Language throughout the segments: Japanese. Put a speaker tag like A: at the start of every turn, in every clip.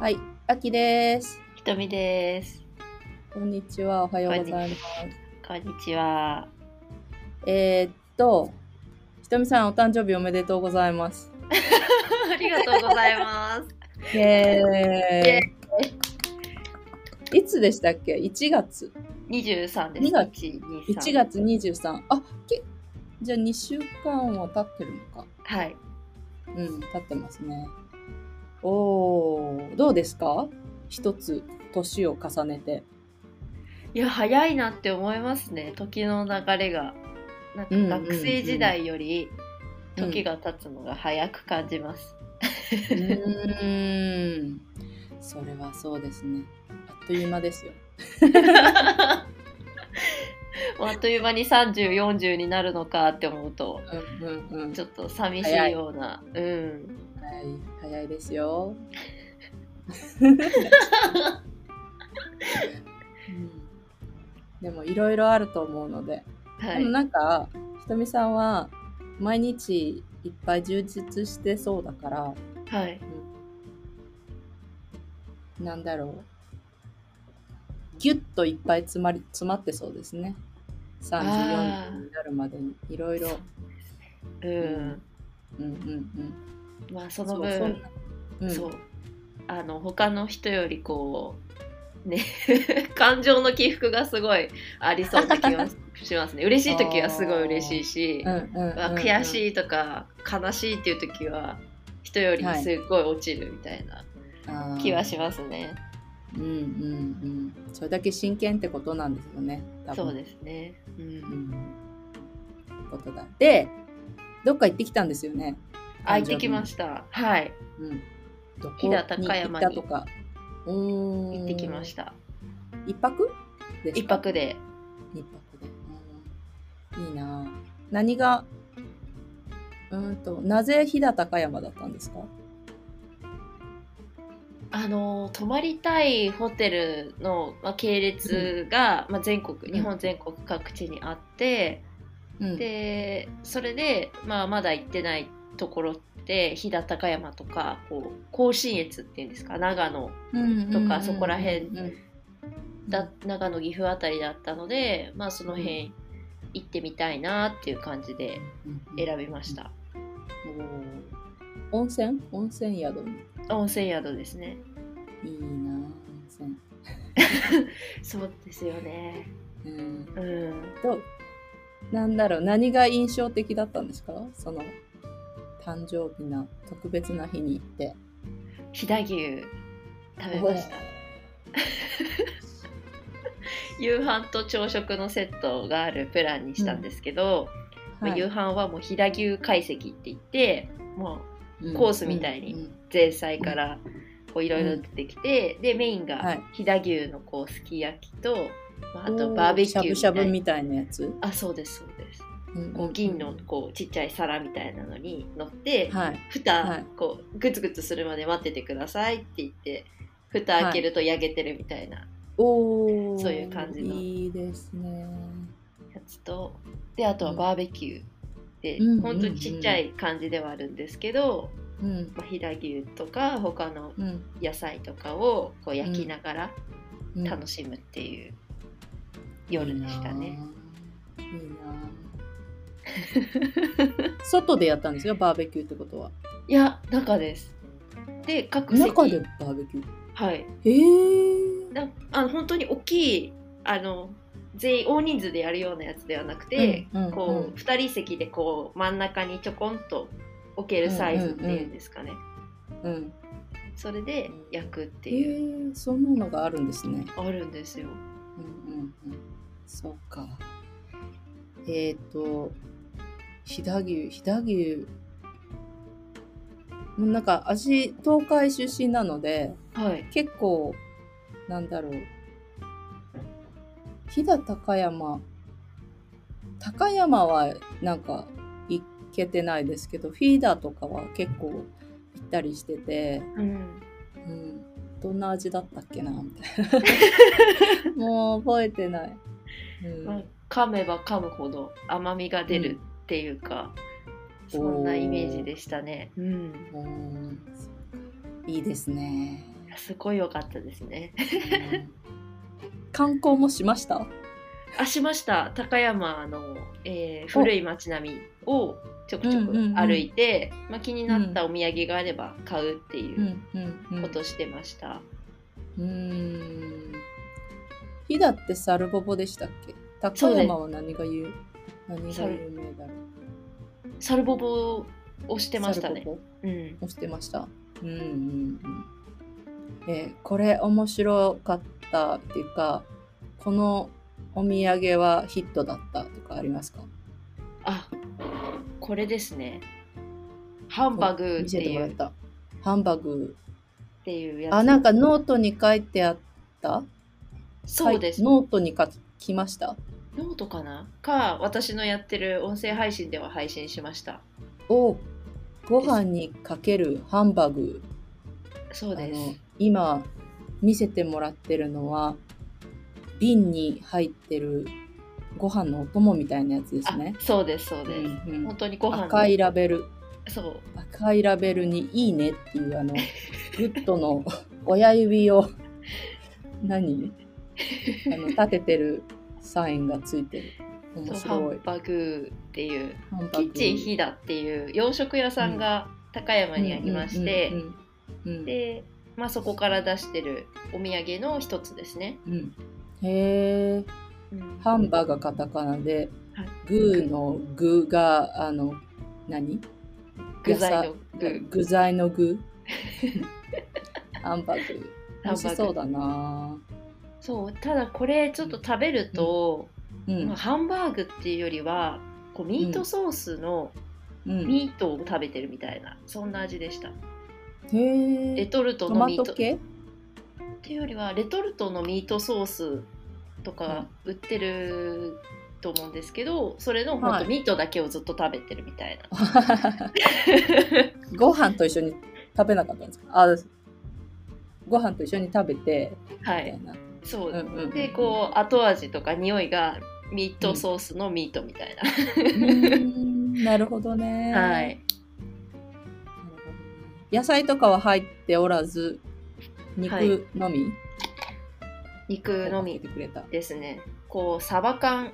A: はい、あきです。
B: ひとみです。
A: こんにちは、おはようございます。
B: こんにち は。
A: えー、っと、ひとみさん、お誕生日おめでとうございます。
B: ありがとうございます。
A: イエーイ。いつでしたっけ ?1 月。
B: 二十三です。
A: 二月
B: 一二三
A: 1。月23。あ、けじゃあ2週間は経ってるのか。
B: はい。
A: うん、経ってますね。おー、どうですか一つ、年を重ね て。
B: いや早いなって思いますね。時の流れがなん
A: うんうん
B: か学生時代より
A: うん
B: 時が経つのが早く感じます。
A: うーん、それはそうですね。あっという間ですよ。
B: もうあっという間に三十四十になるのかって思うと
A: うんうんうん
B: ちょっと寂し
A: 早い
B: いような。うん。
A: はい、早いです よ。でもいろいろあると思うので、
B: は
A: で
B: い
A: も。なんかひとみさんは毎日いっぱい充実してそうだから
B: はい。
A: なんだろうギュッといっぱい詰まり詰まってそうですね
B: あ
A: 34
B: ー
A: になるまでにいろいろ
B: うん。
A: うんうん
B: まあ
A: う
B: そ
A: ん
B: の
A: そう
B: 分。
A: そんなうん
B: そうあの他の人よりこうね 感情の起伏がすごいありそうな気がしますね 嬉しい時はすごい嬉しいし、
A: うんうんうんうん
B: まあ悔しいとか悲しいっていう時は人よりすっごい落ちるみたいな
A: あー
B: 気はしますね、
A: うんうんうんそれだけ真剣ってことなんですよね多分
B: そうですね、う、
A: うんんことだでどっか行ってきたんですよね
B: あ行ってきましたはい
A: うんどこ
B: 飛騨高山に
A: 行ったとか行
B: 行ってきました
A: た一泊です
B: 一
A: か
B: 泊で
A: 一泊でうんいいなあ何がうーんとなぜ飛騨高山だったんですか
B: あの泊まりたいホテルの、まあ、系列が、まあ、全国日本全国各地にあって、
A: うん
B: でそれで、まあ、まだ行ってないところって飛騨高山とかこう甲信越っていうんですか長野とかそこら辺だ長野岐阜あたりだったので、まあ、その辺行ってみたいなっていう感じで選びました、
A: おー温泉温泉宿に
B: 温泉宿ですね
A: いいなあ温泉
B: そうですよね
A: うん
B: うん
A: どうなんだろう何が印象的だったんですかその誕生日な特別な日に行って
B: 飛騨牛食べました 夕飯と朝食のセットがあるプランにしたんですけど、
A: おー
B: まあ夕飯はもう飛騨牛懐石って言ってもう
A: うん
B: コースみたいに
A: うん
B: 前菜からこういろいろ出てきて、でメイン
A: は
B: が
A: い
B: 飛騨牛のこうすき焼きと、まあ、あ
A: お
B: とバーベキューみたいな
A: しゃぶしゃぶみたいなやつ、
B: あそうですそうです
A: うん
B: こう銀のこうちっちゃい皿みたいなのに乗って、
A: はい
B: 蓋、
A: はい
B: こうグツグツするまで待っててくださいって言って蓋開けると焼けてるみたいな
A: おー
B: そういう感じの
A: いいですね
B: やつとであとはバーベキューで、
A: うん
B: ほんとちっちゃい感じではあるんですけど、
A: うん
B: まあ、飛騨牛とか他の
A: うん
B: 野菜とかをこう焼きながら
A: うん
B: 楽しむっていう夜でしたね。
A: いいなあいいなあ 外でやったんですよバーベキューってことはい
B: や中です。で各席
A: 中でバーベキュー
B: はい
A: へえ
B: なあの本当に大きいあの全員大人数でやるようなやつではなくて、
A: うんうん
B: こ
A: うん
B: う2人席でこう真ん中にちょこんと置けるサイズっていうんですかね、
A: うん
B: それで焼くって
A: え
B: いう、
A: ー、そんなのがあるんですね。
B: あるんですよ。
A: うんうんうん。そうか。えっ、ー、と、飛騨牛、飛騨牛。もうなんか、私、東海出身なので、
B: はい
A: 結構、なんだろう。飛騨高山。高山は、なんか、行けてないですけど、フィーダーとかは結構行ったりしてて、
B: うん、
A: うん、どんな味だったっけなみたいなもう覚えてない、うん
B: まあ噛めば噛むほど甘みが出るっていうか、そんなイメージでしたね。うん
A: うんいいですね
B: やすごい良かったですね。
A: 観光もしました
B: あしました高山の、えー古い町並みをちょくちょ
A: うんうんう
B: く
A: ん
B: 歩いて、まあ、気になったお土産があれば買うっていううん
A: うんう
B: こ
A: ん
B: としてました、
A: うーん飛騨ってサルボボでしたっけ高山は何が有何が有名だろう
B: サルボボをしてまし
A: サ
B: た
A: ル
B: ね
A: ボボ
B: うん
A: 押してました。うんうんうん。えーこれ面白かったっていうか、このお土産はヒットだったとかありますか
B: あこれですねハンバーグ
A: 見
B: っ
A: せ
B: て
A: ても
B: い
A: ら
B: う
A: っ。
B: った
A: ハンバーグ。
B: ていうやつ
A: あ、なんかノートに書いてあった
B: そうです
A: はいノートに書きました。
B: ノートかなか私のやってる音声配信では配信しました
A: おご飯にかけるハンバーグ。
B: そうで
A: あの
B: す
A: 今見せてもらってるのは瓶に入ってるご飯のお供みたいなやつで
B: あ
A: すね。
B: そうですそうです、
A: うんうん
B: 本当にご飯の
A: 赤いラベル
B: そう
A: 赤いラベルに「いいね」っていう あのグッドの親指を何あの立ててるサインがついてる面
B: そうハ
A: 白
B: ン
A: い
B: バグっていう
A: ハンバ
B: キ
A: ーグ
B: ッチン飛騨っていう洋食屋さんが高山にありまして、
A: うんうんうんうん
B: で、まあ、そこから出してるお土産の一つですね、
A: うんへえハンバーがカタカナで、
B: はい
A: グーのグがあの何
B: 具材
A: 野菜
B: の具
A: 具材の 具ハンバーグ美味しそう
B: ハンバーグ
A: だな
B: そうただこれちょっと食べると、
A: うん
B: まあ、ハンバーグっていうよりはこうミートソースの
A: うん
B: ミートを食べてるみたいな、そんな味でした
A: へ
B: レ
A: え
B: トルト
A: ト
B: の
A: マ
B: ミート
A: ト
B: っ
A: 系
B: ていうよりはレトルトのミートソースとか売ってると思うんですけどそれの本
A: はい
B: 当ミートだけをずっと食べてるみたいな、
A: ご飯と一緒に食べなかったんですかあご飯と一緒に食べて
B: は
A: みた
B: い
A: いな、
B: そう
A: うんうんうん
B: でこう後味とか匂いがミートソースのミートみたいな、
A: うーんなるほどね
B: はい
A: 野菜とかは入っておらず
B: はい
A: 肉のみ、
B: 肉のみ
A: てくれ た
B: ですねこうサバ缶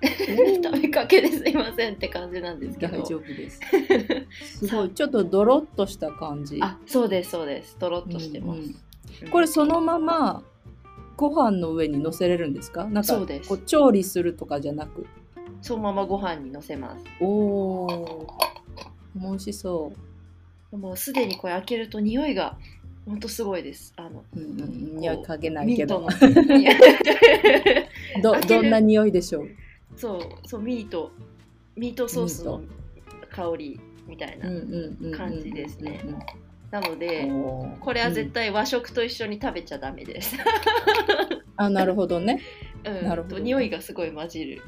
B: 食べかけですいませんって感じなんですけ
A: 大
B: ど
A: 丈夫です すごいちょっとドロッとした感じ
B: あそうですそうですとろっとしてます、
A: うん
B: うん
A: これそのままご飯の上に乗せれるんですかなんか
B: そうです
A: こう調理するとかじゃなく
B: そのままご飯にのせます
A: おお美味しそ
B: もうすでにこれ開けると匂いがほんとすごいですあの
A: う、うんう
B: こ
A: ん、
B: う
A: 匂いかけない
B: ミ
A: け
B: ート
A: ど
B: のい
A: ど
B: 開け
A: ど
B: る
A: んな匂いでしょう
B: や そうそうミートミートソースの
A: ミ
B: 香りみたいな、感じですね。
A: う
B: なの
A: んうんうん
B: で
A: うんうんおー
B: これは
A: う
B: 絶
A: ん
B: 対和食と一緒に食べちゃダメ です、
A: あなるほどね。
B: うん、
A: なるほど
B: と匂いがすごい混じる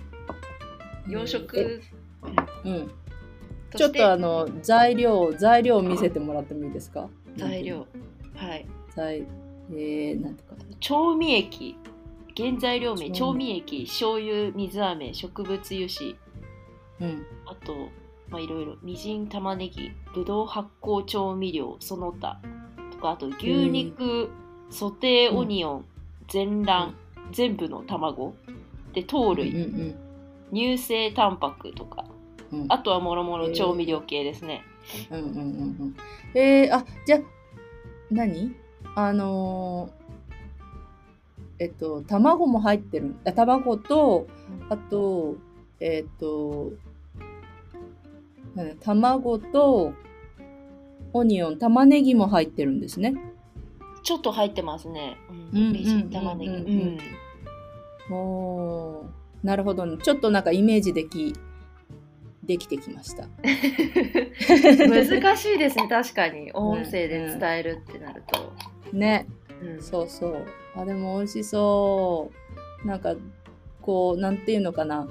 B: 洋
A: え
B: 食
A: うん。
B: と
A: ちょ
B: し
A: ってとあの材料材料を見せてもらってもいいですか。
B: 材料はい
A: 材えー、なんとか
B: 調味液原材料名
A: 調
B: 調
A: 味
B: 味液醤油水飴植物油脂
A: うん
B: あとまあいろいろみじん玉ねぎぶどう発酵調味料その他とかあと牛肉ソテーオニオン全卵全部の卵で
A: う
B: 糖
A: ん
B: 類乳製タンパクとか
A: うんうん
B: あとはもろも
A: え
B: ろ
A: ー
B: 調味料系ですね、
A: うんうんうんうん。えー、あじゃあ何あのーえっと卵も入ってるあ卵とあとえっとなんだ卵とオニオン玉ねぎも入ってるんですね。
B: ちょっと入ってますね
A: うんうんうんうんうん
B: みじん玉ねぎうん
A: おーなるほどねちょっとなんかイメージできできてきました。
B: 難しいですね確かに音声で伝えるってなると、
A: ね
B: うん
A: そうそうあでも美味しそうなんかこうなんていうのかな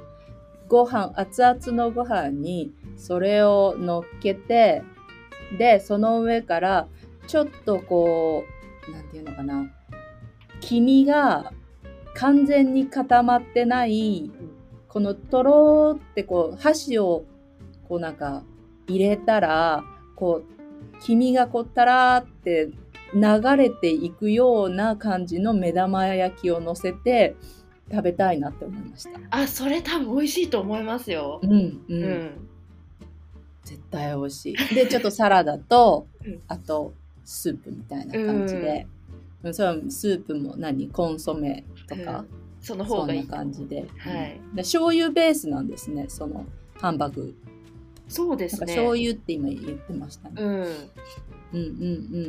A: ご飯熱々のご飯にそれを乗っけてでその上からちょっとこうなんていうのかな黄身が完全に固まってないこのとろーってこう箸をこうなんか入れたらこう黄身がこうたらーって流れていくような感じの目玉焼きを乗せて食べたいなって思いました。
B: あそれ多分美味しいと思いますよ
A: う。んう、
B: うんん、
A: 絶対美味しい。でちょっとサラダと
B: うん
A: あとスープみたいな感じで、うん、それはスープも何コンソメとか、
B: その
A: そ
B: 方
A: ん
B: がい。
A: ない感じで,、
B: はい
A: うんで醤油ベースなんですねそのハンバーグ。
B: そうで
A: なん
B: す
A: か
B: ね。
A: 醤油って今言ってましたね。
B: うん、
A: うんうんう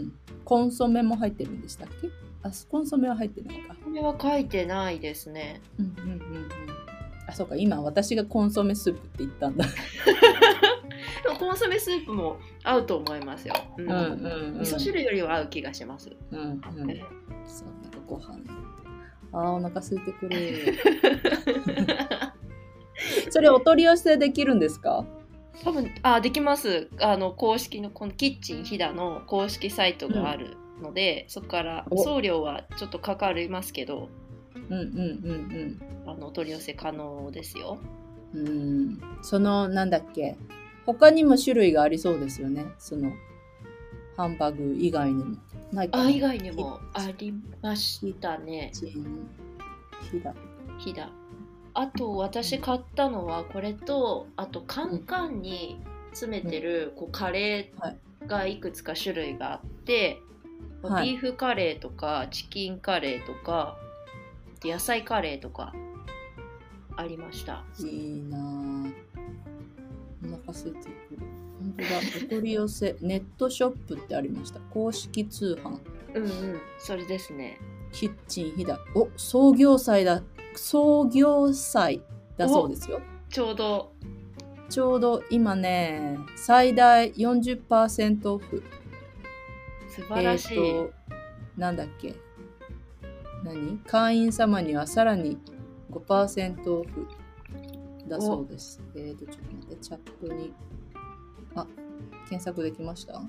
A: ん。コンソメも入ってるんでしたっけあ、コンソメは入ってないか。
B: これは書いてないですね。
A: うんうんうんうん。あ、そうか、今私がコンソメスープって言ったんだ。
B: でもコンソメスープも合うと思いますよ。う
A: うんん
B: 味噌汁よりは合う気がします。
A: うんうん。そう、なんかご飯。あー、お腹空いてくる。 それお取り寄せできるんですか
B: 多分あできますあの公式のこのキッチン飛騨の公式サイトがあるので、そこから
A: お
B: 送料はちょっとかかりますけど
A: うんうんうん
B: あのお取り寄せ可能ですよ
A: うん。うん。その、なんだっけ。他にも種類がありそうですよね。その、ハンバーグ以外にも。ないかな
B: あ以外にもありましたね
A: チンヒダ
B: 飛騨あと私買ったのはこれとあとカンカンに詰めてるこうカレーがいくつか種類があって、
A: はい
B: ビーフカレーとかチキンカレーとかで野菜カレーとかありました
A: いいなぁお腹空いてくる本当だお取り寄せ ネットショップってありました公式通販
B: うんうんそれですね
A: キッチンひだお創業祭だ創業祭だそうですよ
B: ちょうど
A: ちょうど今ね最大40%オフ
B: 素晴らしい、
A: えーとなんだっけ何会員様にはさらに5%オフだそうです。えっ、と、ちょっと待って、チャットに。あ、検索できました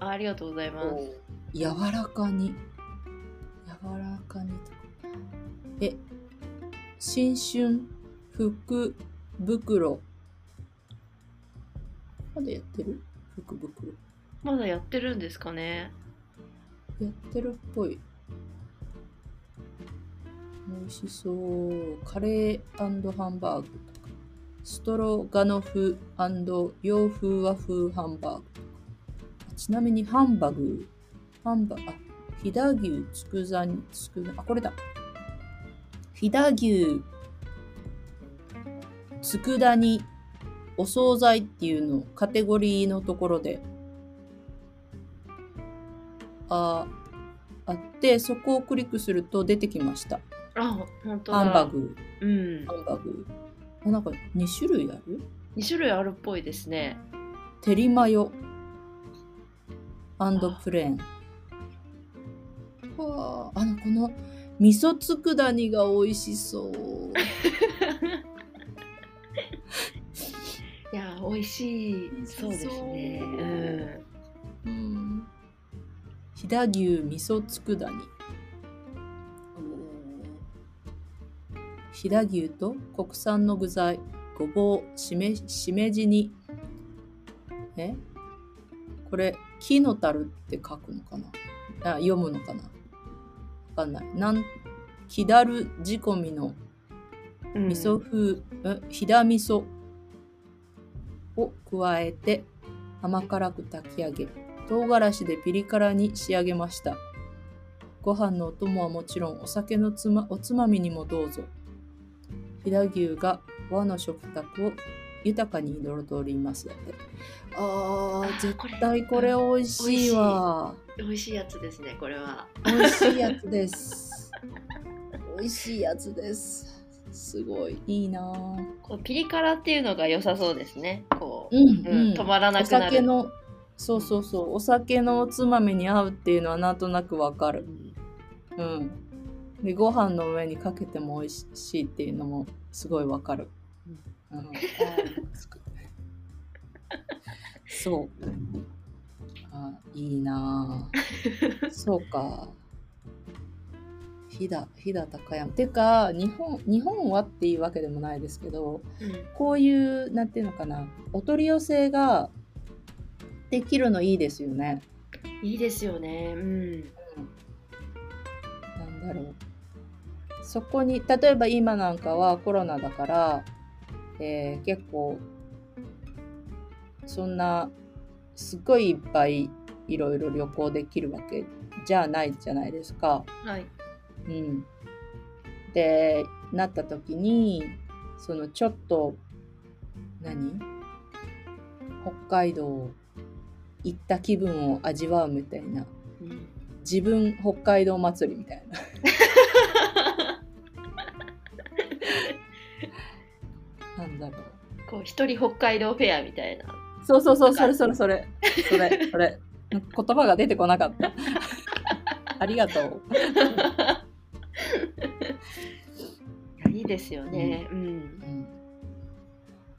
B: あありがとうございます
A: 柔らかに。柔らかにとか。え、新春福袋。まだやってる福袋。
B: まだやってるんですかね
A: やってるっぽい。美味しそう。カレーハンバーグとか。ストロガノフ洋風和風ハンバーグ。ちなみにハンバグ、ハンバあ、飛騨牛つくざに、つくざ、あ、これだ。飛騨牛つくだにお惣菜っていうのカテゴリーのところでああってそこをクリックすると出てきました
B: あ本当だ
A: ハンバーグ
B: うん
A: ハンバーグあなんか2種類ある
B: 2種類あるっぽいですね
A: テリマヨプレーンはああのこの味噌佃煮が美味しそう
B: いや美味しいそうですね
A: そう
B: うん
A: うん飛騨牛味噌佃煮飛騨牛と国産の具材ごぼうしめしめじにえこれ「木の樽」って書くのかなあ読むのかなわかんないなん木だる仕込みの
B: うん
A: 味噌風、うん、ひだ味噌を加えて甘辛く炊き上げ唐辛子でピリ辛に仕上げましたご飯のお供はもちろんお酒のつまおつまみにもどうぞ飛騨牛が和の食卓を豊かに彩りますだってあー絶
B: これ
A: 対これ美味しいわ
B: 美味しいやつですねこれは
A: 美味しいやつ です。美味しいやつです。すごいいいなぁ。
B: こうピリ辛っていうのが良さそうですねこ
A: ん
B: う、うん止まらな
A: お
B: くな
A: 酒
B: る
A: のそうそうそうお酒のおつまみに合うっていうのはなんとなくわかる。うん。でご飯の上にかけても美味しいっていうのもすごいわかる。うん。あーつくそう。あーいいなぁ。そうか。飛騨飛騨高山。てか日本日本はっていうわけでもないですけど、
B: うん
A: こういうなんていうのかなお取り寄せができるのいいですよね。
B: いいですよね。うん。
A: なんだろう。そこに、例えば今なんかはコロナだから、えー結構、そんな、すごいいっぱいいろいろ旅行できるわけじゃないじゃないですか。
B: はい。
A: うん。で、なった時に、そのちょっと、何北海道行った気分を味わうみたいな。
B: うん、
A: 自分北海道祭りみたいななんだろう
B: こう一人北海道フェアみたいな。
A: そうそうそうそ
B: な
A: れ
B: んか
A: それそれそれそれ言葉が出てこなかったありがとう
B: いやいいですよね。うん。
A: うん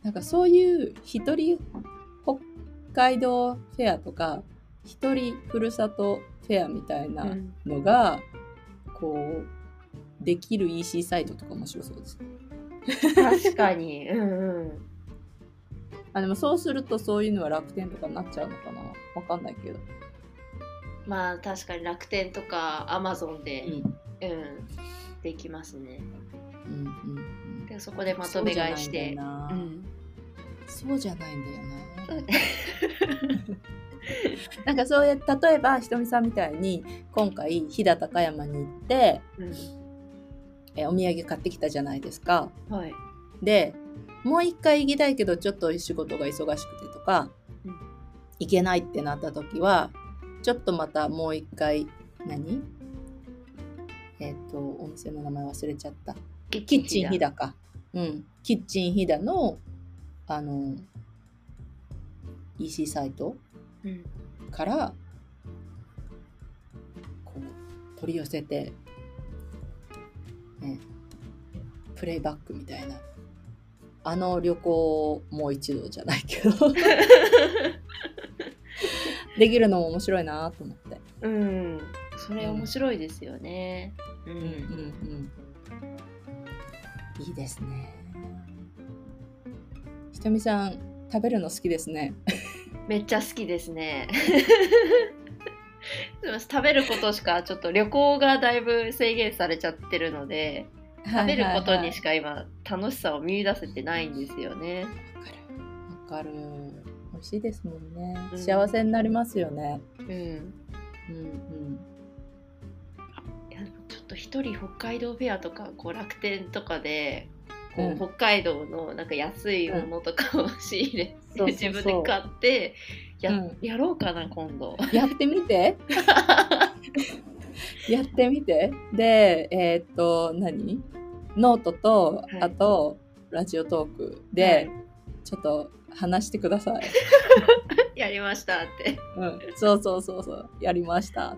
A: なんかそういう一人北海道フェアとか一人ふるさとフェアみたいな
B: うん
A: のが、こうできる EC サイトとか面白そうです
B: 確かに。うんうん。
A: あでもそうするとそういうのは楽天とかになっちゃうのかなわかんないけど、
B: まあ確かに楽天とかアマゾンで、
A: ん
B: うん、できますね。
A: うんうん、
B: でそこでまとめ買いして。うん。
A: そうじゃないんだよなそうじゃないんだよ ななんかそういう例えばひとみさんみたいに今回飛騨高山に行って
B: うん。
A: えお土産買ってきたじゃないですか
B: はい。
A: でもう一回行きたいけどちょっと仕事が忙しくてとか、
B: うん
A: 行けないってなった時はちょっとまたもう一回何えっ、とお店の名前忘れちゃったキッチン飛騨かうんキッチン飛騨のあの EC サイト
B: うん。
A: からこう取り寄せて、ね、プレイバックみたいなあの旅行をもう一度じゃないけ どできるのも面白いなと思って、
B: うん。それ面白いですよね。うん。
A: うんうんうん、いいですねひとみさん食べるの好きですね
B: めっちゃ好きですね。でも食べることしかちょっと旅行がだいぶ制限されちゃってるので食べることにしか今楽しさを見出せてないんですよね。
A: わかる美味しいですもんね、
B: うん
A: 幸せになりますよね
B: うん
A: うんうん
B: いやちょっと一人北海道フェアとかこう楽天とかでこう、
A: うん
B: 北海道のなんか安いものとかを仕入れて、
A: そうそうそう
B: 自分で買ってや,、
A: うん
B: やろうかな今度。
A: やってみ てやってみてでえーっと何ノートと、
B: はい
A: あとラジオトークで、
B: はい
A: ちょっと話してください、
B: やりましたって。
A: うん、そうそうそうそうやりました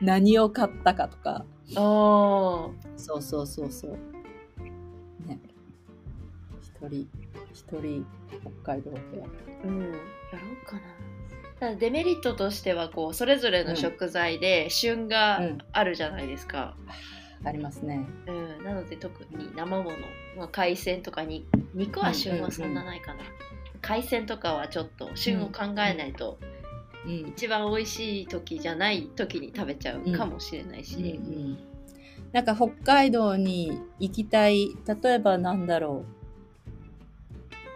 A: 何を買ったかとか
B: あ
A: そうそうそうそうね一人一人北海道で
B: うん、やろうかな。ただデメリットとしてはこうそれぞれの食材で旬が
A: うん
B: あるじゃないですか。
A: ありますね
B: うんなので特に生もの、まあ、海鮮とかに肉は旬はそんなないかな。海鮮とかはちょっと旬を考えないと、
A: うん
B: 一番美味しい時じゃない時に食べちゃうかもしれないし、
A: うんなんか北海道に行きたい例えばなんだろ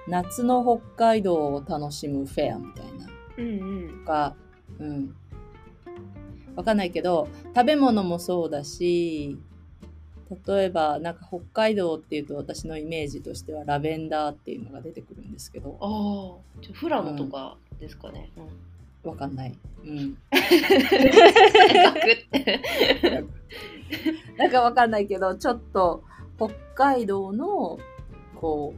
A: う夏の北海道を楽しむフェアみたいな
B: うん、うん
A: とかうんわかんないけど食べ物もそうだし例えばなんか北海道っていうと私のイメージとしてはラベンダーっていうのが出てくるんですけど
B: ああじゃあ富良野とかですかね。 うん
A: わかんない、うん、
B: ガクって
A: なんかわかんないけど、ちょっと北海道の、こ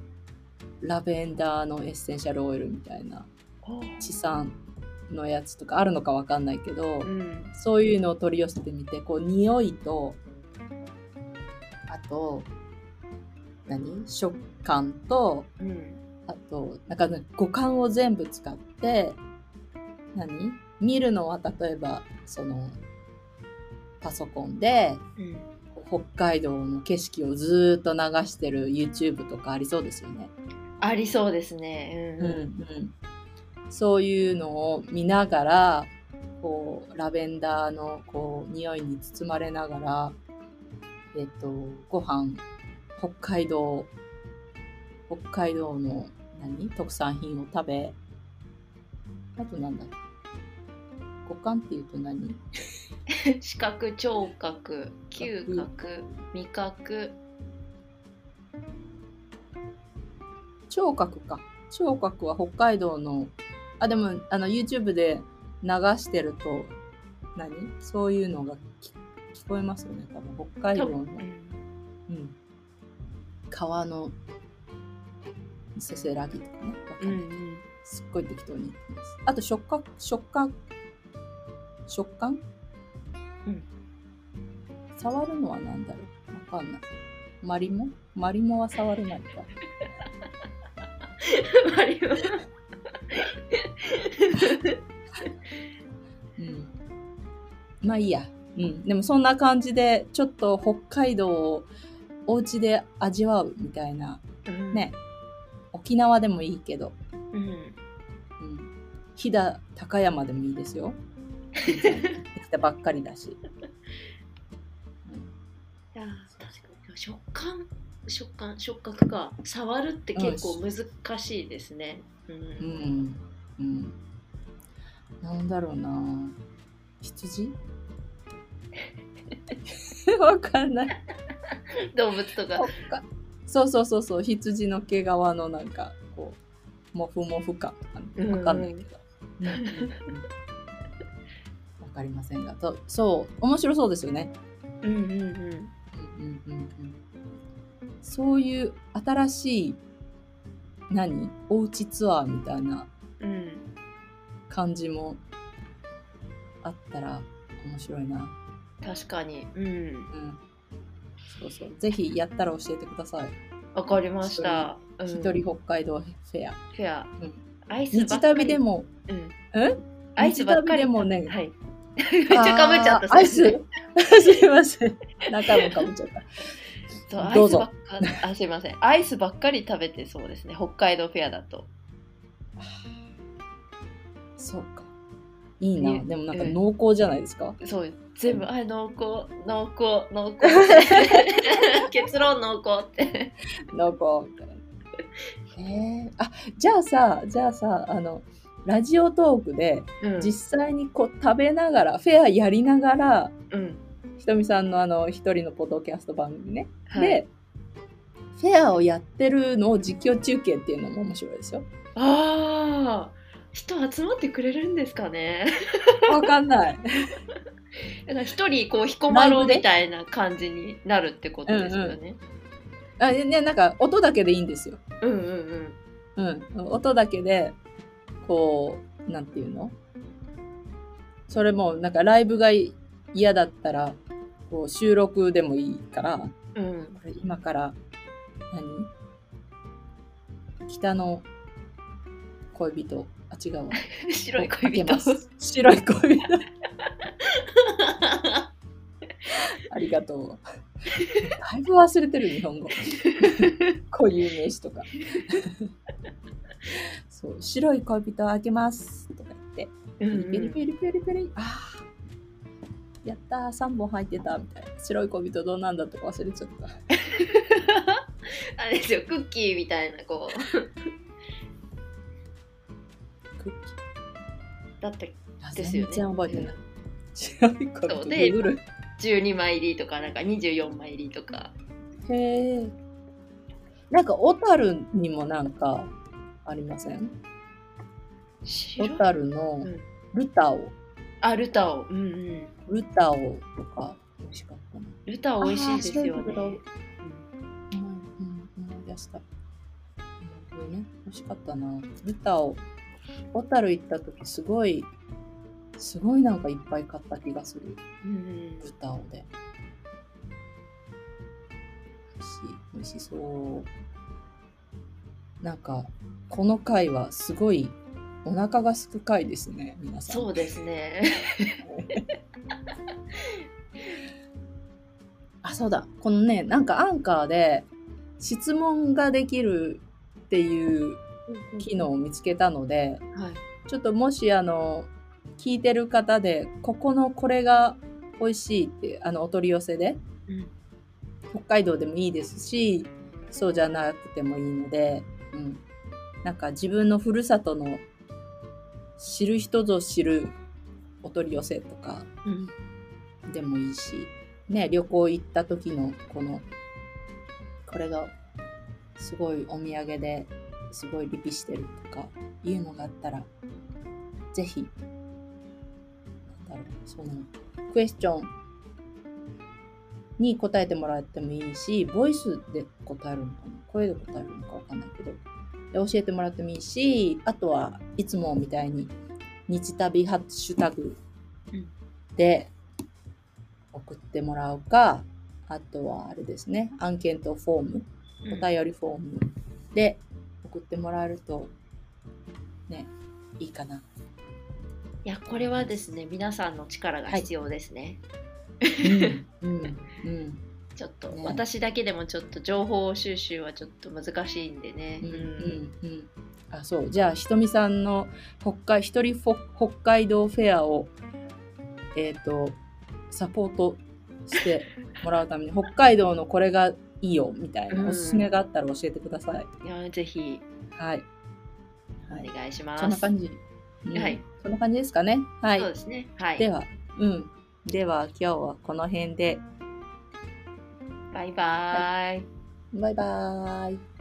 A: う、ラベンダーのエッセンシャルオイルみたいな地産のやつとかあるのかわかんないけど
B: う、ん
A: そういうのを取り寄せてみて、こう、匂いと、あと、何食感と、
B: うん
A: あと、なんかね五感を全部使って、何見るのは例えば、その、パソコンで、
B: うん
A: 北海道の景色をずーっと流してる YouTube とかありそうですよね。
B: ありそうですね。うん
A: うんそういうのを見ながらこうラベンダーのこう匂いに包まれながら、えっと、ご飯北海道北海道の何特産品を食べあとなんだ五感っていうと何
B: 視覚聴覚嗅覚味覚
A: 聴覚か聴覚は北海道のあでもあの YouTube で流してると何そういうのが聞聞こえますよね多分北海道の、うん、川のせせらぎとかねわか
B: うんん
A: な
B: う
A: い
B: ん
A: すっごい適当に言ってます。あと食感、食感、食感
B: うん。
A: 触るのは何だろうわかんない。マリモマリモは触れないか。
B: マリオ
A: うん。まあいいや。うん。でもそんな感じで、ちょっと北海道をお家で味わうみたいな。
B: うん
A: ね。沖縄でもいいけど。
B: うん
A: うん。飛騨高山でもいいですよ。全然できたばっかりだし。うん
B: いやー確かに食感食感触覚か触るって結構難しいですねうん、
A: うん、うん、なんだろうな羊 わかんない
B: 動物とか
A: そうそうそうそう羊の毛皮のなんかこうモフモフ感
B: うん
A: わかんないけど うんうんうんわかりませんがとそう面白そうですよね
B: うんうんうん
A: うんうんうんうんそういう新しい何おうちツアーみたいな
B: うん
A: 感じもあったら面白いな。
B: 確かにうん
A: うん。そうそう。ぜひやったら教えてください。
B: わかりましたうん
A: 一人北海道フェア。
B: フェア
A: うん
B: アイスば
A: 日
B: っかり
A: 旅でも、
B: うん
A: え
B: アイスばっかり
A: 日旅でもね
B: はい めっちゃかぶっちゃった
A: あーアイス すいません。中もかぶっちゃった。
B: そうアイ
A: どう
B: ス
A: ぞ
B: ばっかあすいませんアイスばっかり食べてそうですね北海道フェアだと
A: そうか。いいな。
B: ね
A: でもなんか
B: うん
A: 濃厚じゃないですか。
B: そう全部あ濃厚濃厚濃厚結論濃厚って
A: 濃厚みたいな。えー、あじゃあさじゃあさあのラジオトークで
B: うん
A: 実際にこう食べながら、フェアやりながら
B: うん
A: ひとみさんのあの一人のポッドキャスト番組ね、
B: はい
A: でフェアをやってるのを実況中継っていうのも面白いですよ
B: ああ人集まってくれるんですかね
A: わかんない
B: なんか一人こう彦摩
A: ライ
B: 呂
A: ブで
B: みたいな感じになるってことですよね、
A: あねなんか音だけでいいんですよ
B: うん、うんうん
A: うん音だけでこうなんていうのそれもなんかライブが嫌だったらこう収録でもいいからこ
B: うん
A: れ今から何北の恋人あ違うわ
B: 白い恋
A: 開け
B: 人
A: ます白い恋 人。ありがとう。だいぶ忘れてる日本 語。こういう名詞とか。そう白い恋人を開けますとか言って、
B: うんう
A: ペリ
B: ん
A: ペリペリペリ、ああ、やったー、3本入ってたみたいな。白い恋人どうなんだとか忘れちゃった。
B: あれですよクッキーみたいなこう
A: クッ
B: だって
A: キー
B: ですよね
A: 全然覚えてない。白い恋
B: そう
A: 人
B: で
A: ググる。
B: 12枚入りとかなんか24枚入りとか
A: へえ。なんか、小樽にもなんか、ありません
B: 白
A: 小
B: い
A: 樽の
B: うん
A: ルタオ、
B: あルタオうんうん
A: ルタオとか、美味しかったな。
B: ルタオ美味しいですよ
A: あー白い
B: ね
A: けどうん、うん、思い出した。なるほどね、美味しかったな。ルタオ、小樽行った時すごい、すごいなんかいっぱい買った気がする。
B: うんうん
A: ルタオで。美味しい、美味しそう。なんか、この回はすごい、お腹がすく回ですね、皆さん。
B: そうですね
A: あ、そうだ。このね、なんかアンカーで質問ができるっていう機能を見つけたので、
B: はい
A: ちょっともしあの、聞いてる方で、ここのこれが美味しいって、あの、お取り寄せで、
B: うん
A: 北海道でもいいですし、そうじゃなくてもいいので、うん。なんか自分のふるさとの知る人ぞ知るお取り寄せとか
B: うん
A: でもいいし、ね、旅行行った時のこの、これがすごいお土産ですごいリピしてるとかいうのがあったら、ぜひ、なんだろう、その、クエスチョンに答えてもらってもいいし、ボイスで答えるのかな声で答えるのかわかんないけど、で教えてもらってもいいし、あとはいつもみたいに、日旅ハッシュタグ
B: うん
A: で送ってもらうか、あとはあれですね、案件とフォーム。
B: うん
A: お便りフォームで送ってもらえるとねいいかな。
B: いやこれはですね皆さんの力が必要ですね、
A: うんうんうん
B: ちょっと、
A: ね
B: 私だけでもちょっと情報収集はちょっと難しいんでね、
A: うんうん。あそうじゃあひとみさんの北海一人フォ北海道フェアをえっ、とサポートしてもらうために北海道のこれがいいよみたいな、
B: うん
A: おすすめがあったら教えてください。
B: いやぜひ
A: はい。は
B: お
A: い。
B: 願いします
A: そんな感じ。うん
B: はい。
A: そんな感じですかね。はい
B: そう。ですねはい
A: では、うん。では、今日はこの辺で。
B: バイバーイ
A: バイバーイ。